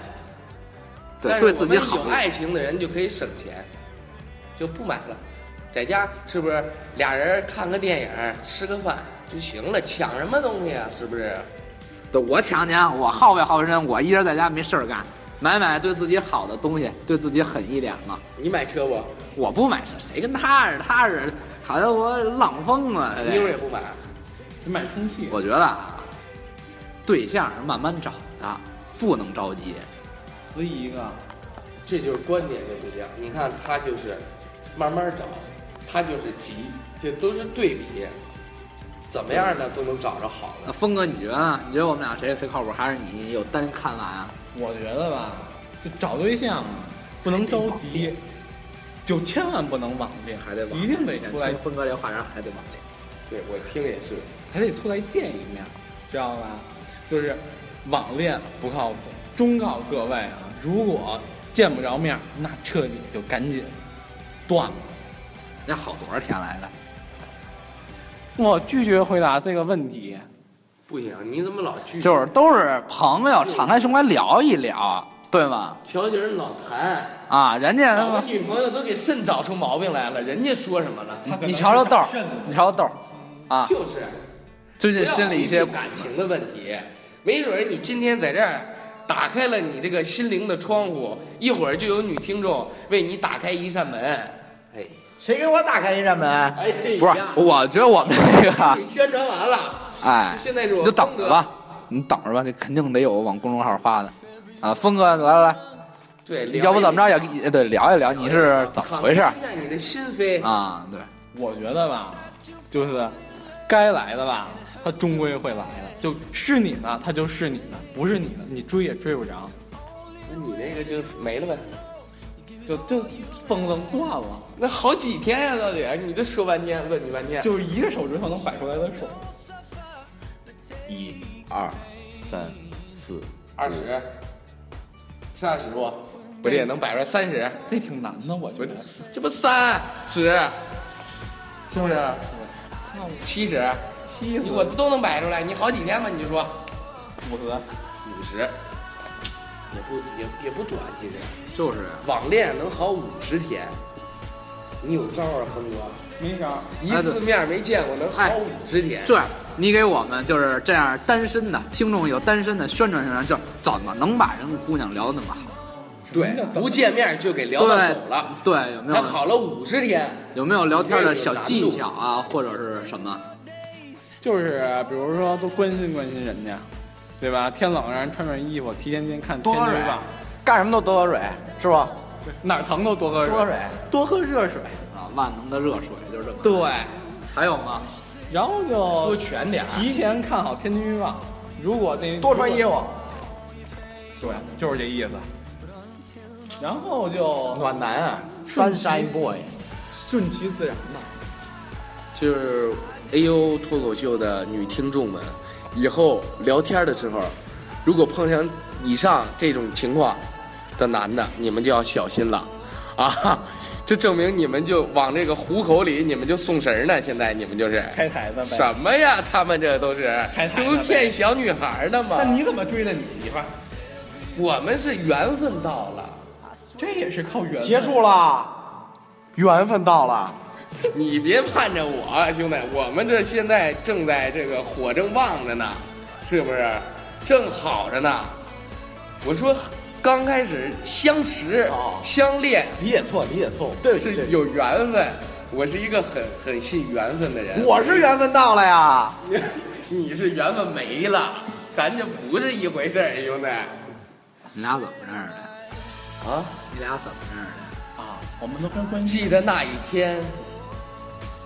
[SPEAKER 1] 对，
[SPEAKER 4] 但是
[SPEAKER 1] 对
[SPEAKER 4] 我
[SPEAKER 1] 自
[SPEAKER 4] 们
[SPEAKER 1] 己好
[SPEAKER 4] 有。爱情的人就可以省钱，就不买了，在家是不是俩人看个电影吃个饭就行了？抢什么东西啊？是不是？
[SPEAKER 1] 对，我强你啊，我耗费耗费时间，我一人在家没事儿干，买买对自己好的东西，对自己狠一点嘛。
[SPEAKER 4] 你买车不？
[SPEAKER 1] 我不买车，谁跟他似的？他似的，好像我浪风啊！这
[SPEAKER 4] 妞儿也不买，
[SPEAKER 6] 你买充气，
[SPEAKER 1] 我觉得啊，对象是慢慢找的，不能着急。
[SPEAKER 6] 死一个，
[SPEAKER 4] 这就是观点就不一样。你看他就是慢慢找，他就是急，这都是对比，怎么样呢都能找着好
[SPEAKER 1] 那
[SPEAKER 4] 的。
[SPEAKER 1] 峰哥，你觉得呢？你觉得我们俩谁谁靠谱？还是你有单看法啊？
[SPEAKER 6] 我觉得吧，就找对象嘛，不能着急，就千万不能网恋，
[SPEAKER 1] 还得往
[SPEAKER 6] 一定得出来
[SPEAKER 1] 听，峰哥这话然后还得往里。
[SPEAKER 4] 对我听也是，
[SPEAKER 6] 还得出来见一面，知道吧？就是网恋不靠谱，忠告各位啊，如果见不着面儿，那彻底就赶紧断了。
[SPEAKER 1] 那好多少天来的？
[SPEAKER 6] 我拒绝回答这个问题。
[SPEAKER 4] 不行，你怎么老拒绝？
[SPEAKER 1] 就是都是朋友，敞开胸怀聊一聊，对吗？
[SPEAKER 4] 乔姐儿老谈。
[SPEAKER 1] 啊，人家他
[SPEAKER 4] 找 个
[SPEAKER 1] 妈，
[SPEAKER 4] 女朋友都给肾找出毛病来了，人家说什么 了？
[SPEAKER 1] 你瞧瞧豆儿，你瞧瞧豆儿，啊，
[SPEAKER 4] 就是
[SPEAKER 1] 最
[SPEAKER 4] 不
[SPEAKER 1] 近
[SPEAKER 4] 要
[SPEAKER 1] 心里一些
[SPEAKER 4] 考虑感情的问题，没准儿你今天在这儿打开了你这个心灵的窗户，一会儿就有女听众为你打开一扇门。哎，
[SPEAKER 5] 谁给我打开一扇门？
[SPEAKER 4] 哎，啊
[SPEAKER 1] 不是，我觉得我们这个，
[SPEAKER 4] 你宣传完了，
[SPEAKER 1] 哎，
[SPEAKER 4] 现在是我
[SPEAKER 1] 你就等着吧，你等着吧，你肯定得有往公众号发的。啊，峰哥，来来来，
[SPEAKER 4] 对，聊一
[SPEAKER 1] 要不怎么着也也对聊一聊，你是怎么回事
[SPEAKER 4] 敞开一下你的心扉，
[SPEAKER 1] 啊？对，
[SPEAKER 6] 我觉得吧，就是该来的吧，他终归会来的。就是你的，他就是你的；不是你的，你追也追不着。
[SPEAKER 4] 那你那个就没了呗。
[SPEAKER 6] 就就风筝断了，
[SPEAKER 4] 那好几天呀、到底你这说半天，问你半天，
[SPEAKER 6] 就是一个手指头能摆出来的手。
[SPEAKER 5] 一、二、三、四，
[SPEAKER 4] 二十，是二十不？不是也能摆出来三十？
[SPEAKER 6] 这挺难的，我觉得。
[SPEAKER 4] 这不三十，是不是？七十，
[SPEAKER 6] 七
[SPEAKER 4] 你
[SPEAKER 6] 十
[SPEAKER 4] 我都能摆出来。你好几天了，你就说
[SPEAKER 6] 五十，
[SPEAKER 4] 五十，也不也也不短，其实
[SPEAKER 1] 就是
[SPEAKER 5] 啊
[SPEAKER 4] 网恋能好五十天，你有招啊，峰哥？哎
[SPEAKER 6] 没招。
[SPEAKER 4] 一次面没见过，能好五十天？
[SPEAKER 1] 这样，你给我们就是这样单身的听众有单身的宣传宣传，就是怎么能把人姑娘聊得那么好？
[SPEAKER 4] 对，不见面就给聊到
[SPEAKER 1] 对
[SPEAKER 4] 手了，，
[SPEAKER 1] 对，有没
[SPEAKER 4] 还
[SPEAKER 1] 有
[SPEAKER 4] 好了五十天，
[SPEAKER 1] 有没有聊天的小技巧啊，或者是什么？
[SPEAKER 6] 就是比如说多关心关心人家，对吧？天冷让人穿穿衣服，提前先看天
[SPEAKER 5] 多喝
[SPEAKER 6] 气
[SPEAKER 5] 水
[SPEAKER 6] 预报，，
[SPEAKER 5] 干什么都多喝水，是不？
[SPEAKER 6] 哪儿疼都多喝水，
[SPEAKER 5] 多喝水，
[SPEAKER 6] 多喝热水。
[SPEAKER 1] 啊，万能的热水就是这么。
[SPEAKER 6] 对，
[SPEAKER 1] 还有吗？
[SPEAKER 6] 然后
[SPEAKER 4] 说
[SPEAKER 6] 就
[SPEAKER 4] 全点儿。
[SPEAKER 6] 提前看好天气预报。如果那
[SPEAKER 5] 多穿衣，服，
[SPEAKER 6] 对，就是这意思。然后就
[SPEAKER 5] 暖男啊，Sunshine Boy。
[SPEAKER 6] 顺其自然吧。
[SPEAKER 4] 就是 A O 脱口秀的女听众们，以后聊天的时候，如果碰上以上这种情况的男的，你们就要小心了啊！ 这证明你们就往这个虎口里，你们就送神儿呢。现在你们就是
[SPEAKER 6] 开台子呗
[SPEAKER 4] 什么呀？他们这都是
[SPEAKER 6] 拆台
[SPEAKER 4] 这
[SPEAKER 6] 子呗
[SPEAKER 4] 不骗小女孩呢吗
[SPEAKER 6] 那？你怎么追的你媳妇儿？
[SPEAKER 4] 我们是缘分到了，
[SPEAKER 6] 这也是靠缘分
[SPEAKER 5] 结束了，缘分到了。
[SPEAKER 4] 你别盼着我，啊兄弟，我们这现在正在这个火正旺着呢，是不是？正好着呢。我说刚开始相识、
[SPEAKER 5] 哦
[SPEAKER 4] 相恋
[SPEAKER 5] 理解错，理解错，对不
[SPEAKER 4] 是
[SPEAKER 5] 起，
[SPEAKER 4] 有缘分，我是一个很很信缘分的人。
[SPEAKER 5] 我是缘分到了呀。
[SPEAKER 4] 你是缘分没了，咱这不是一回事儿，兄弟。
[SPEAKER 1] 你俩怎么认识的？
[SPEAKER 4] 啊，
[SPEAKER 1] 你俩怎么认识的？
[SPEAKER 6] 啊，我们都跟关系
[SPEAKER 4] 记得那一天，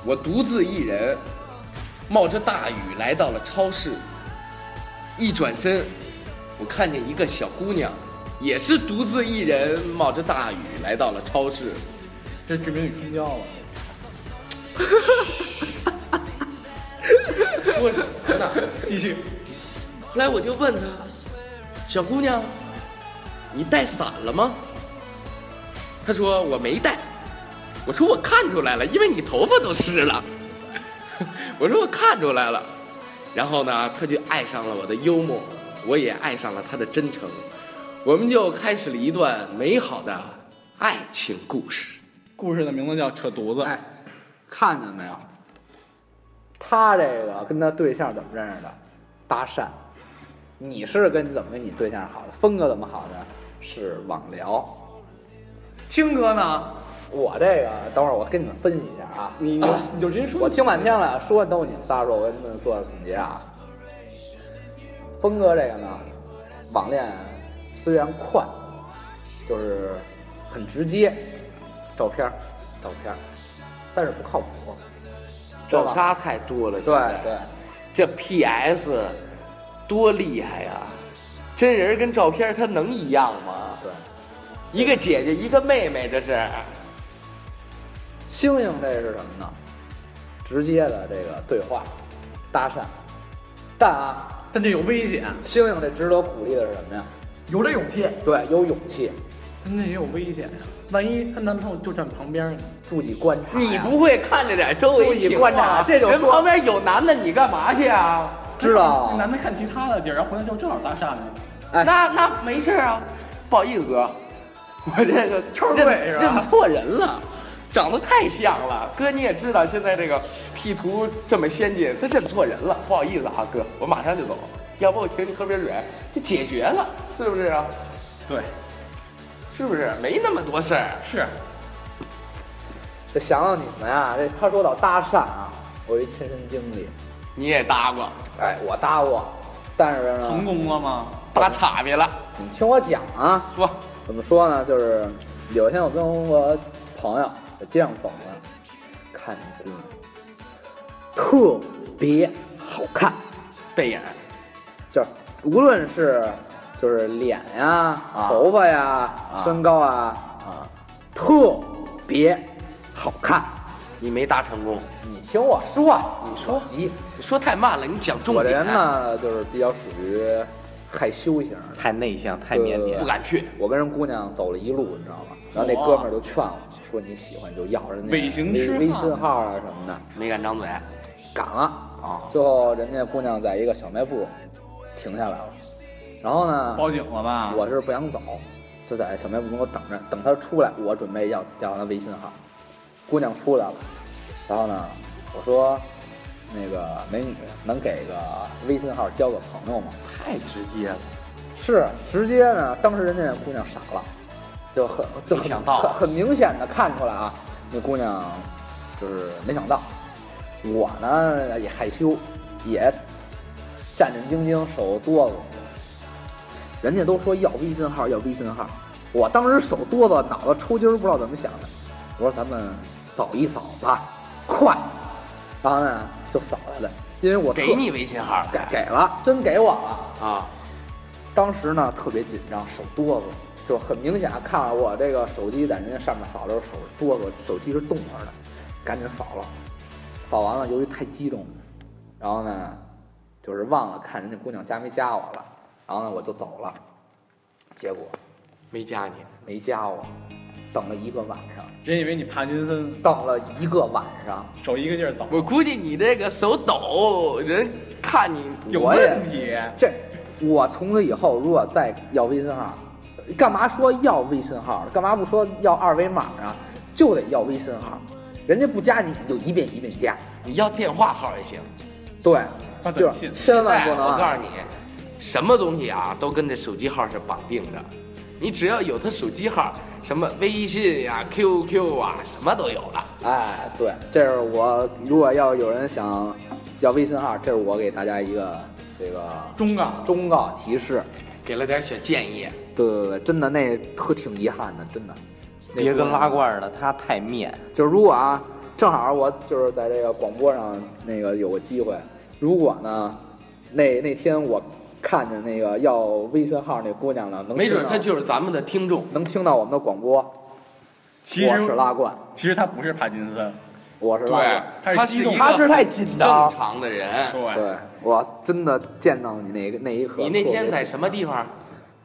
[SPEAKER 4] 我独自一人，冒着大雨来到了超市。一转身，我看见一个小姑娘，也是独自一人冒着大雨来到了超市。
[SPEAKER 6] 这志明与春娇了。
[SPEAKER 4] 说什么呢？
[SPEAKER 6] 继续，
[SPEAKER 4] 后来我就问她：“小姑娘，你带伞了吗？”她说：“我没带。”我说：“我看出来了，因为你头发都湿了。” 我说：“我看出来了。”然后呢，她就爱上了我的幽默，我也爱上了她的真诚，我们就开始了一段美好的爱情故事。
[SPEAKER 6] 故事的名字叫《扯犊子》。
[SPEAKER 1] 哎，看见没有？他这个跟他对象怎么认识的？搭讪。你是跟怎么跟你对象好的？峰哥怎么好的？是网聊。
[SPEAKER 6] 听歌呢？
[SPEAKER 1] 我这个等会儿我跟你们分析一下啊。
[SPEAKER 6] 你你就直接说。
[SPEAKER 1] 我听半天了，说都是你们仨说，我给你们做总结啊。峰哥这个呢，网恋虽然快，就是很直接，照片儿照片儿，但是不靠谱。
[SPEAKER 4] 找杀太多了，现
[SPEAKER 1] 对
[SPEAKER 4] 在
[SPEAKER 1] 对，
[SPEAKER 4] 这 PS 多厉害呀、真人跟照片它能一样吗？
[SPEAKER 1] 对，
[SPEAKER 4] 一个姐姐，一个妹妹，这是。
[SPEAKER 1] 星星这是什么呢？直接的这个对话，搭讪。但啊，
[SPEAKER 6] 但这有危险，
[SPEAKER 1] 星星这值得鼓励的是什么呀？
[SPEAKER 6] 有这勇气，
[SPEAKER 1] 对，有勇气，
[SPEAKER 6] 但那也有危险呀。万一她男朋友就站旁边呢？
[SPEAKER 1] 注意观察呀。
[SPEAKER 4] 你不会看着点周围
[SPEAKER 1] 注意
[SPEAKER 4] 情
[SPEAKER 1] 观察
[SPEAKER 4] 况
[SPEAKER 1] 这就
[SPEAKER 4] 人
[SPEAKER 1] 说
[SPEAKER 4] 旁边有男的，你干嘛去啊？
[SPEAKER 1] 知道
[SPEAKER 6] 那？男的看其他的地儿，然后回来之后正好搭讪呢。
[SPEAKER 1] 哎
[SPEAKER 4] 那那没事啊，不好意思哥，我这个
[SPEAKER 6] 儿
[SPEAKER 4] 认
[SPEAKER 6] 贵是吧
[SPEAKER 4] 认错人了，长得太像了。哥你也知道现在这个 P 图这么先进，他认错人了，不好意思啊哥，我马上就走，要不我请你喝瓶水就解决了，是不是啊？
[SPEAKER 6] 对，
[SPEAKER 4] 是不是没那么多事儿？
[SPEAKER 6] 是
[SPEAKER 1] 这想想你们啊，这他说到搭讪啊，我有一亲身经历，
[SPEAKER 4] 你也搭过，
[SPEAKER 1] 哎，我搭过，但是呢
[SPEAKER 6] 成，功了吗？
[SPEAKER 4] 搭岔别了，
[SPEAKER 1] 你听我讲啊，
[SPEAKER 4] 说
[SPEAKER 1] 怎么说呢？就是有一天我跟我朋友在街上走着，看见姑娘特别好看，
[SPEAKER 4] 背影，
[SPEAKER 1] 就是无论是就是脸呀、头发呀、身高啊，
[SPEAKER 4] 啊，
[SPEAKER 1] 特别好看。
[SPEAKER 4] 你没搭成功，
[SPEAKER 1] 你听我说，你说急，
[SPEAKER 4] 你说太慢了，你讲重
[SPEAKER 1] 我
[SPEAKER 4] 点。
[SPEAKER 1] 这人呢就是比较属于害羞型的，
[SPEAKER 7] 太内向，太
[SPEAKER 1] 对
[SPEAKER 7] 腼腆。
[SPEAKER 4] 不敢去，
[SPEAKER 1] 我跟人姑娘走了一路，你知道吗？然后那哥们儿就劝我说：“你喜欢就要人家
[SPEAKER 6] 尾行
[SPEAKER 1] 微
[SPEAKER 6] 吃
[SPEAKER 1] 微信号啊什么的。
[SPEAKER 4] 没敢张嘴。”
[SPEAKER 1] 赶了
[SPEAKER 4] 哦
[SPEAKER 1] 最后人家姑娘在一个小卖部停下来了，然后呢，
[SPEAKER 6] 报警了吧？
[SPEAKER 1] 我是不想走，就在小卖部门口等着，等她出来，我准备要要她微信号。姑娘出来了，然后呢，我说：“那个美女，能给个微信号交个朋友吗？”
[SPEAKER 4] 太直接了，
[SPEAKER 1] 是直接呢，当时人家姑娘傻了，就很就很
[SPEAKER 4] 没想到
[SPEAKER 1] 很很明显的看出来啊，那姑娘就是没想到。我呢也害羞，也战战兢兢，手哆嗦。人家都说要微信号，要微信号，我当时手哆嗦，脑子抽筋儿，不知道怎么想的。我说咱们扫一扫吧，快！然后呢就扫来了，因为我特
[SPEAKER 4] 给你微信号了
[SPEAKER 1] 给给了，真给我了。
[SPEAKER 4] 啊？
[SPEAKER 1] 当时呢特别紧张，手哆嗦，就很明显看着我这个手机在人家上面扫的时候手哆嗦，手机是动会儿的，赶紧扫了，扫完了由于太激动了，然后呢就是忘了看人家姑娘加没加我了，然后呢我就走了，结果
[SPEAKER 4] 没加你，
[SPEAKER 1] 没加我，等了一个晚上，
[SPEAKER 6] 人以为你帕金森，
[SPEAKER 1] 等了一个晚上，
[SPEAKER 6] 手一个劲儿抖，
[SPEAKER 4] 我估计你这个手抖，人看你
[SPEAKER 6] 有
[SPEAKER 1] 我也
[SPEAKER 6] 问题。
[SPEAKER 1] 这我从此以后如果再要微信号，干嘛说要微信号？干嘛不说要二维码啊？就得要微信号，人家不加你，你就一遍一遍加。
[SPEAKER 4] 你要电话号也行。
[SPEAKER 1] 对
[SPEAKER 6] 发，短
[SPEAKER 1] 就
[SPEAKER 6] 信
[SPEAKER 1] 是千万
[SPEAKER 4] 哎，
[SPEAKER 1] 不能
[SPEAKER 4] 我告
[SPEAKER 1] 啊。
[SPEAKER 4] 诉你，什么东西啊都跟这手机号是绑定的，你只要有他手机号，什么微信呀、QQ 啊，什么都有了。
[SPEAKER 1] 哎，对，这是我如果要有人想要微信号，这是我给大家一个这个
[SPEAKER 6] 忠告，
[SPEAKER 1] 忠告提示。
[SPEAKER 4] 给了点小建议，
[SPEAKER 1] 对对对，真的那特挺遗憾的，真的。那
[SPEAKER 7] 别
[SPEAKER 1] 姑
[SPEAKER 7] 跟
[SPEAKER 1] 娘
[SPEAKER 7] 拉罐儿的，他太面。
[SPEAKER 1] 就是如果啊，正好我就是在这个广播上那个有个机会，如果呢，那那天我看见那个要微信号那姑娘了，能
[SPEAKER 4] 没准
[SPEAKER 1] 听到
[SPEAKER 4] 他就是咱们的听众。
[SPEAKER 1] 能听到我们的广播。
[SPEAKER 6] 其实
[SPEAKER 1] 我是拉
[SPEAKER 4] 啊
[SPEAKER 1] 罐，
[SPEAKER 6] 其实他不是帕金森，
[SPEAKER 1] 我是拉
[SPEAKER 4] 对
[SPEAKER 1] 罐，，
[SPEAKER 6] 他
[SPEAKER 4] 他是
[SPEAKER 6] 是激动哦
[SPEAKER 4] 一
[SPEAKER 6] 的
[SPEAKER 4] 个
[SPEAKER 5] 他是太紧
[SPEAKER 4] 正
[SPEAKER 5] 张，
[SPEAKER 4] 常的人。
[SPEAKER 6] 对，
[SPEAKER 1] 对，我真的见到你那个那一刻。
[SPEAKER 4] 你那天
[SPEAKER 1] 特别
[SPEAKER 4] 在
[SPEAKER 1] 紧
[SPEAKER 4] 什么地方？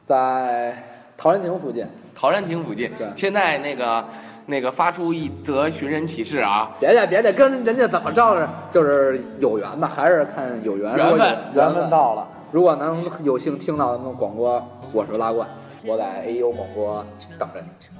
[SPEAKER 1] 在陶然亭附近，
[SPEAKER 4] 陶然亭附近
[SPEAKER 1] 对。
[SPEAKER 4] 现在那个那个发出一则寻人启事啊，
[SPEAKER 1] 别介别介，跟人家怎么着呢？就是有缘吧，还是看有缘。
[SPEAKER 4] 缘
[SPEAKER 1] 如果有
[SPEAKER 4] 分
[SPEAKER 5] 缘分到了。
[SPEAKER 1] 如果能有幸听到咱们广播，我是拉罐，我在 AU 广播等着你。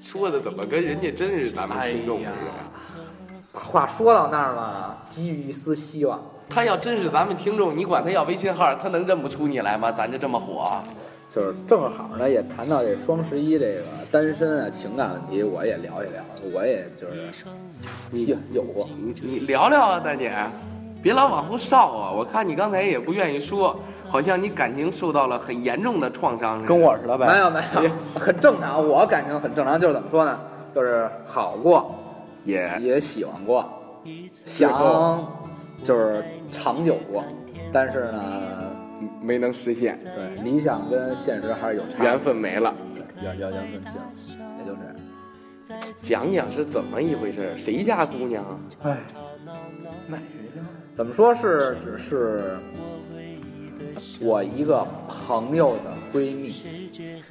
[SPEAKER 4] 说的怎么跟人家真是咱们听众似
[SPEAKER 6] 哎呀
[SPEAKER 4] 的？
[SPEAKER 1] 把话说到那儿嘛，给予一丝希望。
[SPEAKER 4] 他要真是咱们听众，你管他要微信号，他能认不出你来吗？咱就这么火，啊
[SPEAKER 1] 就是正好呢，也谈到这双十一这个单身啊情感问题，我也聊一聊，我也就是有有过，
[SPEAKER 4] 你你聊聊啊，大姐，别老往后烧啊！我看你刚才也不愿意说，好像你感情受到了很严重的创伤似的。
[SPEAKER 5] 跟我似的呗。
[SPEAKER 1] 没有没有，很正常，我感情很正常，就是怎么说呢，就是好过，
[SPEAKER 4] 也
[SPEAKER 1] 也喜欢过，想就是长久过，但是呢，
[SPEAKER 4] 没能实现，
[SPEAKER 1] 对理想跟现实还是有差，
[SPEAKER 4] 缘分没了。
[SPEAKER 1] 对缘缘缘分尽了，也就这样。
[SPEAKER 4] 讲讲是怎么一回事？谁家姑娘啊？
[SPEAKER 1] 怎么说是只是我一个朋友的闺蜜，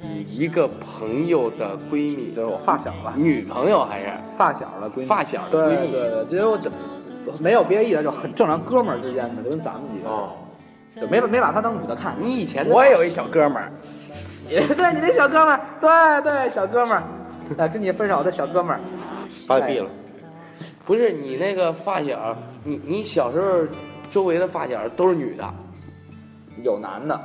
[SPEAKER 4] 你一个朋友的闺蜜，
[SPEAKER 1] 就是我发小吧，
[SPEAKER 4] 女朋友还是？
[SPEAKER 1] 发小的闺蜜，
[SPEAKER 4] 发小的闺蜜
[SPEAKER 1] 对对对，其实我就没有别的意思，就很正常，哥们儿之间的，就跟咱们几个，
[SPEAKER 4] 哦，
[SPEAKER 1] 就没把没把她当女的看。
[SPEAKER 4] 你以前的
[SPEAKER 5] 我也有一小哥们儿，
[SPEAKER 1] 对你那小哥们儿，对对小哥们儿，呃，跟你分手的小哥们儿，
[SPEAKER 5] 把我毙了。
[SPEAKER 4] 不是你那个发小，你你小时候周围的发小都是女的，
[SPEAKER 1] 有男的，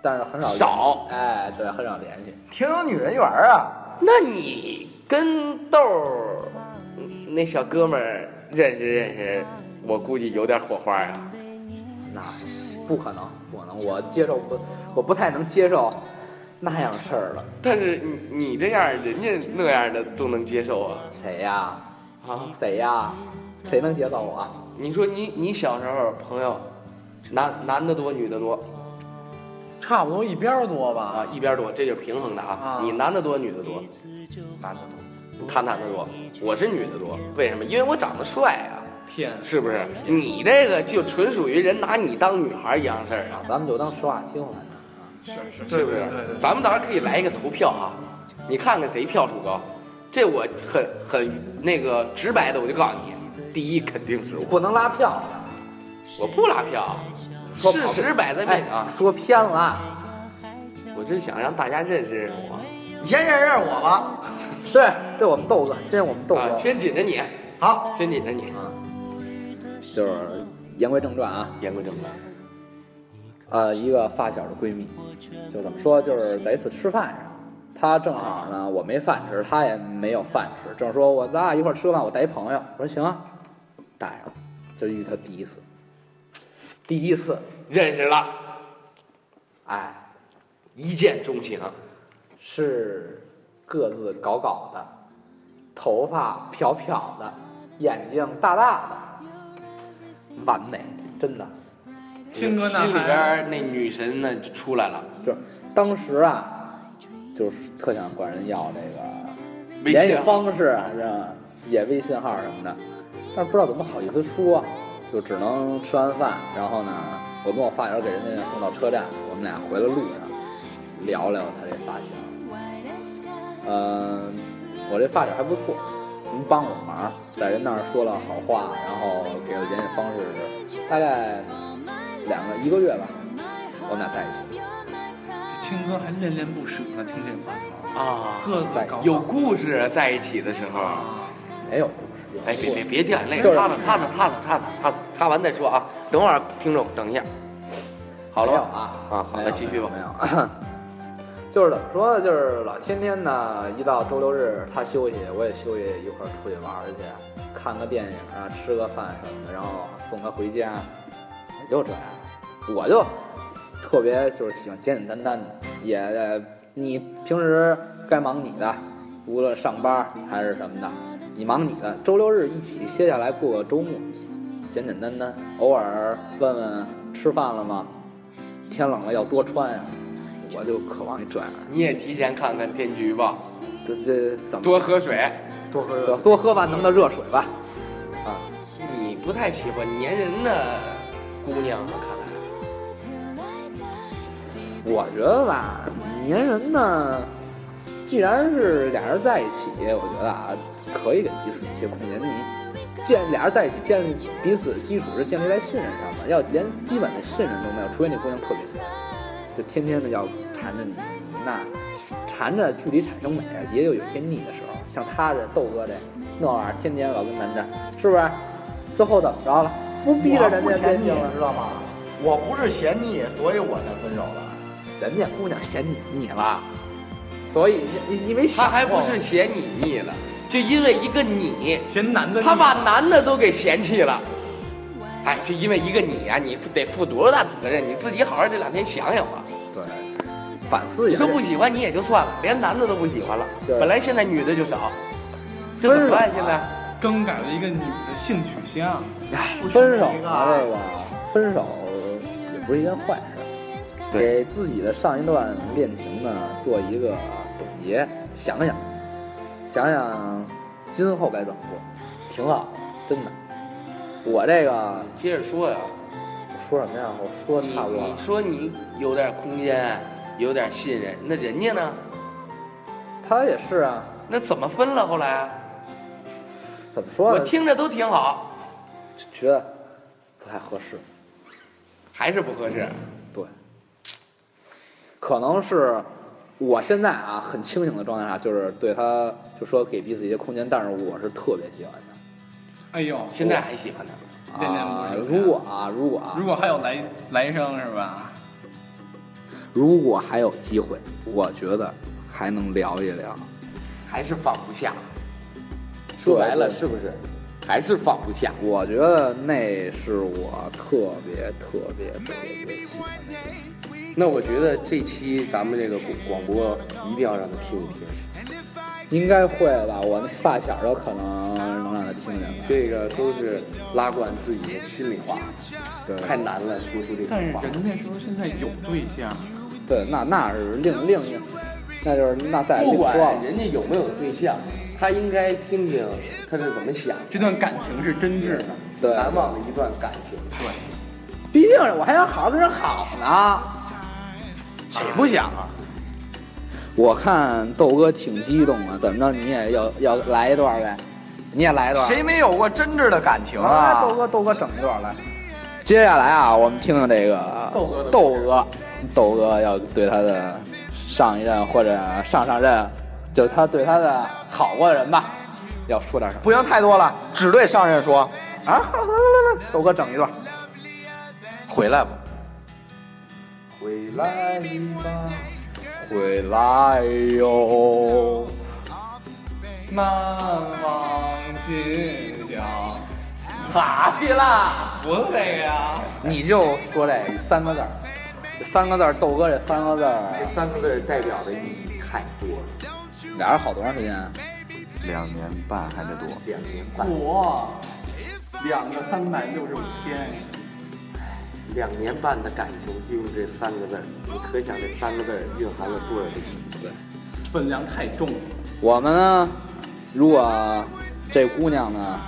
[SPEAKER 1] 但是很少联
[SPEAKER 4] 少
[SPEAKER 1] 哎，对，很少联系。
[SPEAKER 5] 挺有女人缘儿啊。
[SPEAKER 4] 那你跟豆儿嗯那小哥们儿认识认识，我估计有点火花啊。
[SPEAKER 1] 那不可能，不可能，我接受不，我不太能接受那样事儿了。
[SPEAKER 4] 但是你你这样，人家那样的都能接受啊
[SPEAKER 1] 谁呀？
[SPEAKER 4] 啊！
[SPEAKER 1] 谁呀？谁能介绍我啊？
[SPEAKER 4] 你说你你小时候朋友，男男的多，女的多
[SPEAKER 5] 差不多一边儿多吧，
[SPEAKER 4] 啊，一边多，这就是平衡的啊。
[SPEAKER 5] 啊
[SPEAKER 4] 你男的多，女的多，
[SPEAKER 1] 男的多，
[SPEAKER 4] 他男的多，我是女的多，为什么？因为我长得帅啊。
[SPEAKER 6] 天，
[SPEAKER 4] 是不是？你这个就纯属于人拿你当女孩一样事儿啊，
[SPEAKER 1] 咱们就当说话听了。
[SPEAKER 4] 是不是？咱们到时候可以来一个投票啊，你看看谁票数高。这我很很那个直白的，我就告诉你，第一肯定是我，
[SPEAKER 1] 不能拉票了，
[SPEAKER 4] 我不拉票，
[SPEAKER 1] 说
[SPEAKER 4] 事实摆在面啊
[SPEAKER 1] 哎，。说偏了啊。
[SPEAKER 4] 我真想让大家认识认识我
[SPEAKER 5] 你先认识认识我吧。
[SPEAKER 1] 对，对我们豆哥，先我们豆
[SPEAKER 4] 啊，
[SPEAKER 1] 哥，
[SPEAKER 4] 先紧着你，
[SPEAKER 5] 好，
[SPEAKER 4] 先紧着你。
[SPEAKER 1] 就是言归正传啊。
[SPEAKER 4] 言归正传，
[SPEAKER 1] 呃，一个发小的闺蜜，就怎么说，就是在一次吃饭上，她正好呢，我没饭吃，她也没有饭吃，正说我咱俩一块儿吃个饭，我带一朋友，我说行啊，带上了，就遇她第一次，第一次，
[SPEAKER 4] 认识了，
[SPEAKER 1] 哎，
[SPEAKER 4] 一见钟情，
[SPEAKER 1] 是各自搞搞的，头发飘飘的，眼睛大大的，完美，真的。
[SPEAKER 6] 青哥那
[SPEAKER 4] 心里边儿那女神呢就出来了，
[SPEAKER 1] 就是当时啊，就是特想管人要这个
[SPEAKER 4] 微
[SPEAKER 1] 联系
[SPEAKER 4] 信号
[SPEAKER 1] 方式啊，是吧也微信号什么的，但是不知道怎么好意思说，就只能吃完饭，然后呢，我跟我发小给人家送到车站，我们俩回了路上聊聊他这发小，嗯，我这发小还不错。能帮我忙，在人那儿说了好话，然后给了联系方式，大概两个一个月吧，我们俩在一起。
[SPEAKER 6] 青哥还恋恋不舍呢，听这话头，
[SPEAKER 4] 啊，
[SPEAKER 6] 各自搞
[SPEAKER 4] 有故事在一起的时候。
[SPEAKER 1] 没有故事。
[SPEAKER 4] 哎，别别别掉眼泪，
[SPEAKER 1] 就是
[SPEAKER 4] 擦擦擦擦擦擦擦擦擦完再说啊。等会儿听众等一下，好了
[SPEAKER 1] 没
[SPEAKER 4] 吧
[SPEAKER 1] 有啊
[SPEAKER 4] 啊，好
[SPEAKER 1] 没
[SPEAKER 4] 了，
[SPEAKER 1] 有
[SPEAKER 4] 继续吧。
[SPEAKER 1] 没有， 就是怎么说呢？就是老天天呢，一到周六日他休息，我也休息，一块儿出去玩儿去，看个电影啊，吃个饭什么的，然后送他回家，也就这样。我就特别就是喜欢简简单单的，也呃你平时该忙你的，无论上班还是什么的，你忙你的，周六日一起歇下来过个周末，简简单单，偶尔问问吃饭了吗？天冷了要多穿呀、我就渴望你这样，
[SPEAKER 4] 你也提前看看天气预报，
[SPEAKER 1] 这这怎么
[SPEAKER 4] 多喝水。
[SPEAKER 5] 多喝
[SPEAKER 1] 多多喝吧，能的热水吧。
[SPEAKER 4] 你不太喜欢粘人的姑娘吗？看来。
[SPEAKER 1] 我觉得吧，粘人呢，既然是俩人在一起，我觉得啊，可以给彼此一些空间。你建俩人在一起建立彼此的基础是建立在信任上的，要连基本的信任都没有，除非那姑娘特别喜欢，就天天的要缠着你，那缠着距离产生美，也有有些腻的时候。像他这豆哥这那玩意儿，天天老跟咱这儿，是不是？最后怎么着了？不逼着人家变性了，
[SPEAKER 7] 知道吗？我不是嫌腻，所以我才分手的。
[SPEAKER 1] 人家姑娘嫌你腻了，所以你你没想
[SPEAKER 4] 他还不
[SPEAKER 1] 过吗
[SPEAKER 4] 是嫌你腻了，就因为一个你，
[SPEAKER 7] 嫌男的腻
[SPEAKER 4] 他把男的都给嫌弃了。哎，就因为一个你啊，你得负多大责任？你自己好好这两天想想吧。
[SPEAKER 1] 反思
[SPEAKER 4] 你
[SPEAKER 1] 一下
[SPEAKER 4] 说，不喜欢你也就算了，连男的都不喜欢了，
[SPEAKER 1] 对
[SPEAKER 4] 本来现在女的就少，这怎么办？现在
[SPEAKER 6] 更改了一个女的性取向，
[SPEAKER 1] 哎分手
[SPEAKER 4] 啊
[SPEAKER 1] 嘛这个分手也不是一件坏事，给自己的上一段恋情呢做一个总结，想想，想想今后该怎么做，挺好的，真的。我这个
[SPEAKER 4] 接着说呀，
[SPEAKER 1] 说什么呀？我说
[SPEAKER 4] 你
[SPEAKER 1] 差不多
[SPEAKER 4] 你
[SPEAKER 1] 了。
[SPEAKER 4] 说你有点空间，有点信任，那人家呢？
[SPEAKER 1] 他也是啊，
[SPEAKER 4] 那怎么分了？后来啊
[SPEAKER 1] 怎么说
[SPEAKER 4] 我
[SPEAKER 1] 呢？
[SPEAKER 4] 听着都挺好，
[SPEAKER 1] 觉得不太合适。
[SPEAKER 4] 还是不合适。
[SPEAKER 1] 对，可能是我现在啊很清醒的状态下，就是对他就说给彼此一些空间，但是我是特别喜欢他
[SPEAKER 6] 哎呦，
[SPEAKER 4] 现在还喜欢他吗？
[SPEAKER 6] 恋恋
[SPEAKER 1] 啊
[SPEAKER 6] 不。舍
[SPEAKER 1] 如果啊，如果啊
[SPEAKER 6] 如，果还有来来生是吧？
[SPEAKER 1] 如果还有机会，我觉得还能聊一聊。
[SPEAKER 4] 还是放不下。
[SPEAKER 1] 说白了
[SPEAKER 4] 是不是？还是放不下。
[SPEAKER 1] 我觉得那是我特别特别特别喜欢的。
[SPEAKER 4] 那我觉得这期咱们这个广播一定要让他听一听。
[SPEAKER 1] 应该会吧？我那发小有可能能让他听见吧。
[SPEAKER 4] 这个都是拉管自己的心里话，
[SPEAKER 1] 对
[SPEAKER 4] 太难了，说出这
[SPEAKER 6] 但是
[SPEAKER 4] 种话。
[SPEAKER 6] 人家是不是现在有对象？
[SPEAKER 1] 对，那那是另另一，那就是那再另
[SPEAKER 4] 不
[SPEAKER 1] 说
[SPEAKER 4] 管
[SPEAKER 1] 了。
[SPEAKER 4] 人家有没有对象，他应该听听他是怎么想
[SPEAKER 6] 这段感情是真挚的，
[SPEAKER 1] 对，
[SPEAKER 4] 难忘的一段感情。
[SPEAKER 1] 毕竟我还想好好跟人好呢。
[SPEAKER 7] 谁不想啊？
[SPEAKER 1] 我看豆哥挺激动啊，怎么着你也要要来一段呗？你也来一段？
[SPEAKER 7] 谁没有过真挚的感情
[SPEAKER 1] 来
[SPEAKER 7] 啊？
[SPEAKER 1] 豆哥，豆哥整一段来。接下来啊，我们听听这个豆哥，豆哥要对他的上一任或者上上任，就他对他的好过的人吧，要说点什么。
[SPEAKER 7] 不行，太多了，只对上任说
[SPEAKER 1] 啊，来来来，豆哥整一段。
[SPEAKER 7] 回来吧。
[SPEAKER 1] 回来吧，回来哟。
[SPEAKER 6] 难忘今宵。
[SPEAKER 1] 咋的啦？
[SPEAKER 6] 不是这个呀，
[SPEAKER 1] 你就说这三个字儿，这三个字儿，豆哥这三个字儿，
[SPEAKER 4] 三个字代表的意义太多了，
[SPEAKER 1] 俩人好多长时间啊？
[SPEAKER 5] 两年半还得多。
[SPEAKER 4] 两年半，
[SPEAKER 6] 我两个三百六十五天，
[SPEAKER 4] 两年半的感情就用这三个字儿，你可想这三个字儿蕴含了多少的意义？
[SPEAKER 6] 分量太重了。
[SPEAKER 1] 我们呢，如果这姑娘呢，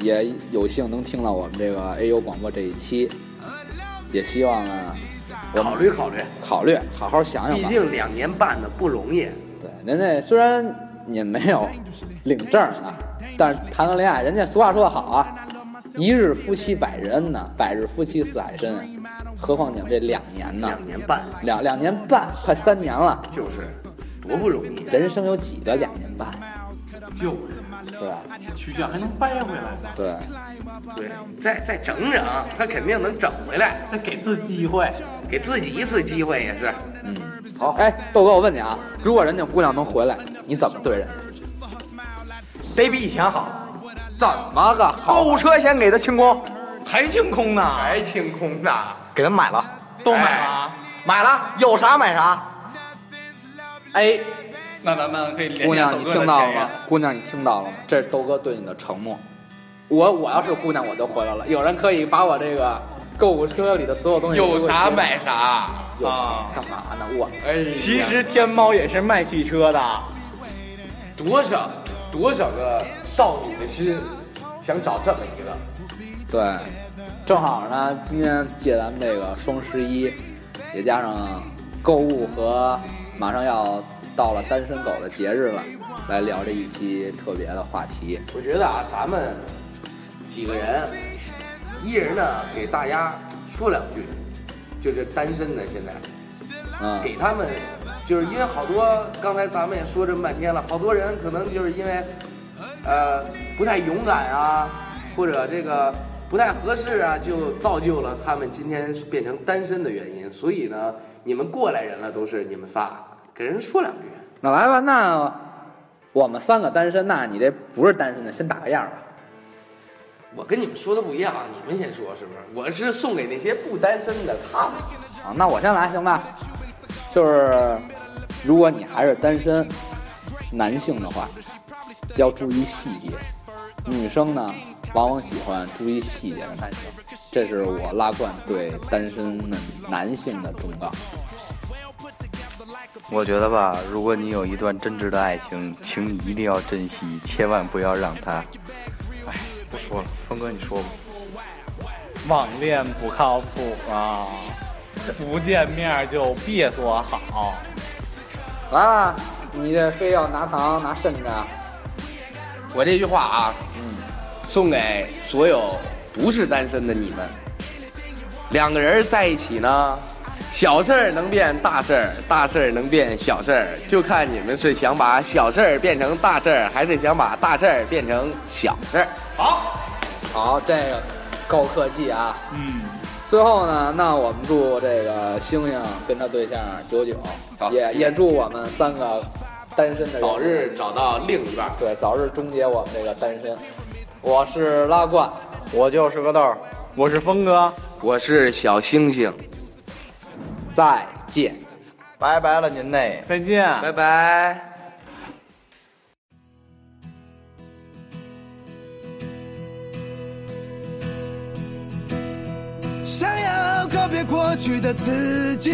[SPEAKER 1] 也有幸能听到我们这个 AU 广播这一期，也希望呢，我们
[SPEAKER 4] 考虑考虑，
[SPEAKER 1] 考虑，好好想想
[SPEAKER 4] 毕
[SPEAKER 1] 吧。
[SPEAKER 4] 竟两年半的不容易。
[SPEAKER 1] 对，人家虽然你没有领证啊，但是谈个恋爱，人家俗话说得好啊，一日夫妻百日恩呐，百日夫妻似海深。啊何况你们这两年呢？
[SPEAKER 4] 两年半
[SPEAKER 1] 两两年半，快三年了，
[SPEAKER 4] 就是多不容易，
[SPEAKER 1] 人生有几个两年半，
[SPEAKER 6] 就是
[SPEAKER 1] 是吧？
[SPEAKER 6] 取向还能掰回来，
[SPEAKER 1] 对，
[SPEAKER 4] 对，再再整整，啊他肯定能整回来，
[SPEAKER 6] 再给次机会。
[SPEAKER 4] 给自己一次机会也是。
[SPEAKER 1] 好，哎，豆哥，我问你啊，如果人家姑娘能回来，你怎么对人？
[SPEAKER 7] 得比以前好，
[SPEAKER 1] 怎么个好？啊
[SPEAKER 7] 购物车先给他清空，
[SPEAKER 6] 还清空呢？
[SPEAKER 4] 还清空呢，
[SPEAKER 7] 给他买了，
[SPEAKER 6] 都买了，
[SPEAKER 7] 买了有啥买啥。
[SPEAKER 1] 哎，
[SPEAKER 6] 那咱们可以连
[SPEAKER 1] 姑
[SPEAKER 6] 接
[SPEAKER 1] 娘，
[SPEAKER 6] 抖
[SPEAKER 1] 你
[SPEAKER 6] 哥的啊
[SPEAKER 1] 听到了
[SPEAKER 6] 前
[SPEAKER 1] 吗
[SPEAKER 6] 言。？
[SPEAKER 1] 姑娘，你听到了吗？这是豆哥对你的承诺。我我要是姑娘，我就回来了。有人可以把我这个购物车里的所有东西哎给我
[SPEAKER 4] 有啥
[SPEAKER 1] 切
[SPEAKER 4] 买啥。
[SPEAKER 1] 有啥
[SPEAKER 6] 啊
[SPEAKER 1] 干嘛呢？我
[SPEAKER 4] 哎呀，
[SPEAKER 6] 其实天猫也是卖汽车的，
[SPEAKER 4] 多少多少个少女的心想找这么一个，
[SPEAKER 1] 对，正好呢，今天借咱们这个双十一，也加上购物和马上要到了单身狗的节日了，来聊这一期特别的话题。
[SPEAKER 4] 我觉得啊，咱们几个人，一人呢给大家说两句，就是单身的现在，
[SPEAKER 1] 嗯，
[SPEAKER 4] 给他们，就是因为好多刚才咱们也说这么半天了，好多人可能就是因为，呃，不太勇敢啊，或者这个不太合适啊，就造就了他们今天变成单身的原因。所以呢，你们过来人了都是你们仨，给人说两句。
[SPEAKER 1] 那来吧，那我们三个单身，那你这不是单身的，先打个样吧。
[SPEAKER 4] 我跟你们说的不一样，啊你们先说是不是？我是送给那些不单身的他们。
[SPEAKER 1] 啊，那我先来行吧？就是如果你还是单身男性的话，要注意细节。女生呢，往往喜欢注意细节的男生，这是我拉惯对单身的男性的忠告。
[SPEAKER 8] 我觉得吧，如果你有一段真挚的爱情，请你一定要珍惜，千万不要让它。哎，不说了，峰哥你说吧。
[SPEAKER 6] 网恋不靠谱啊，不见面就别说好。
[SPEAKER 1] 来吧，啊你这非要拿糖拿剩着，啊
[SPEAKER 4] 我这句话啊，送给所有不是单身的你们。两个人在一起呢，小事儿能变大事儿，大事儿能变小事儿，就看你们是想把小事儿变成大事儿，还是想把大事儿变成小事儿。
[SPEAKER 1] 好，这个够客气啊。
[SPEAKER 6] 嗯，
[SPEAKER 1] 最后呢，那我们祝这个星星跟他对象九九，也也祝我们三个单身的人
[SPEAKER 4] 早日找到另一半。
[SPEAKER 1] 对，早日终结我们这个单身。我是拉冠，
[SPEAKER 5] 我就是个豆儿。
[SPEAKER 6] 我是峰哥，
[SPEAKER 4] 我是小星星，
[SPEAKER 1] 再见。
[SPEAKER 5] 拜拜了您嘞。
[SPEAKER 6] 再见，
[SPEAKER 4] 拜拜。
[SPEAKER 3] 想要告别过去的自己，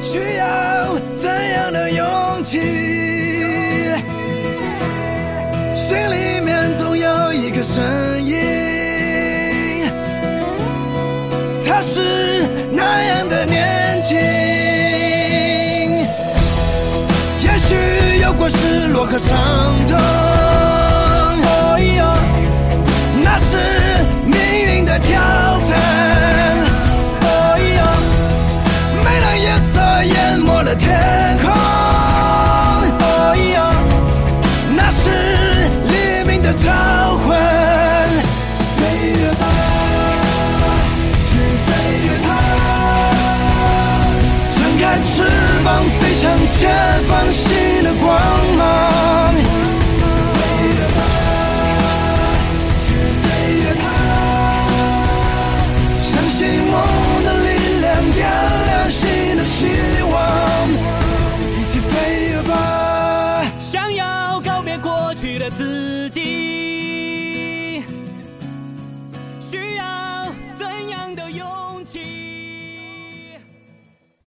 [SPEAKER 3] 需要怎样的勇气？心里面总有一个声音，他是那样的年轻。也许有过失落和伤痛。哦哟那是命运的挑战。哦哟，没让夜色淹没了天空。哦哟，那是黎明的召唤。飞越吧，去飞越它。张开翅膀，飞向前方，新的光芒。飞越吧。飞越它，相信梦的力量，点亮新的希望，一起飞越吧。
[SPEAKER 9] 想要告别过去的自己。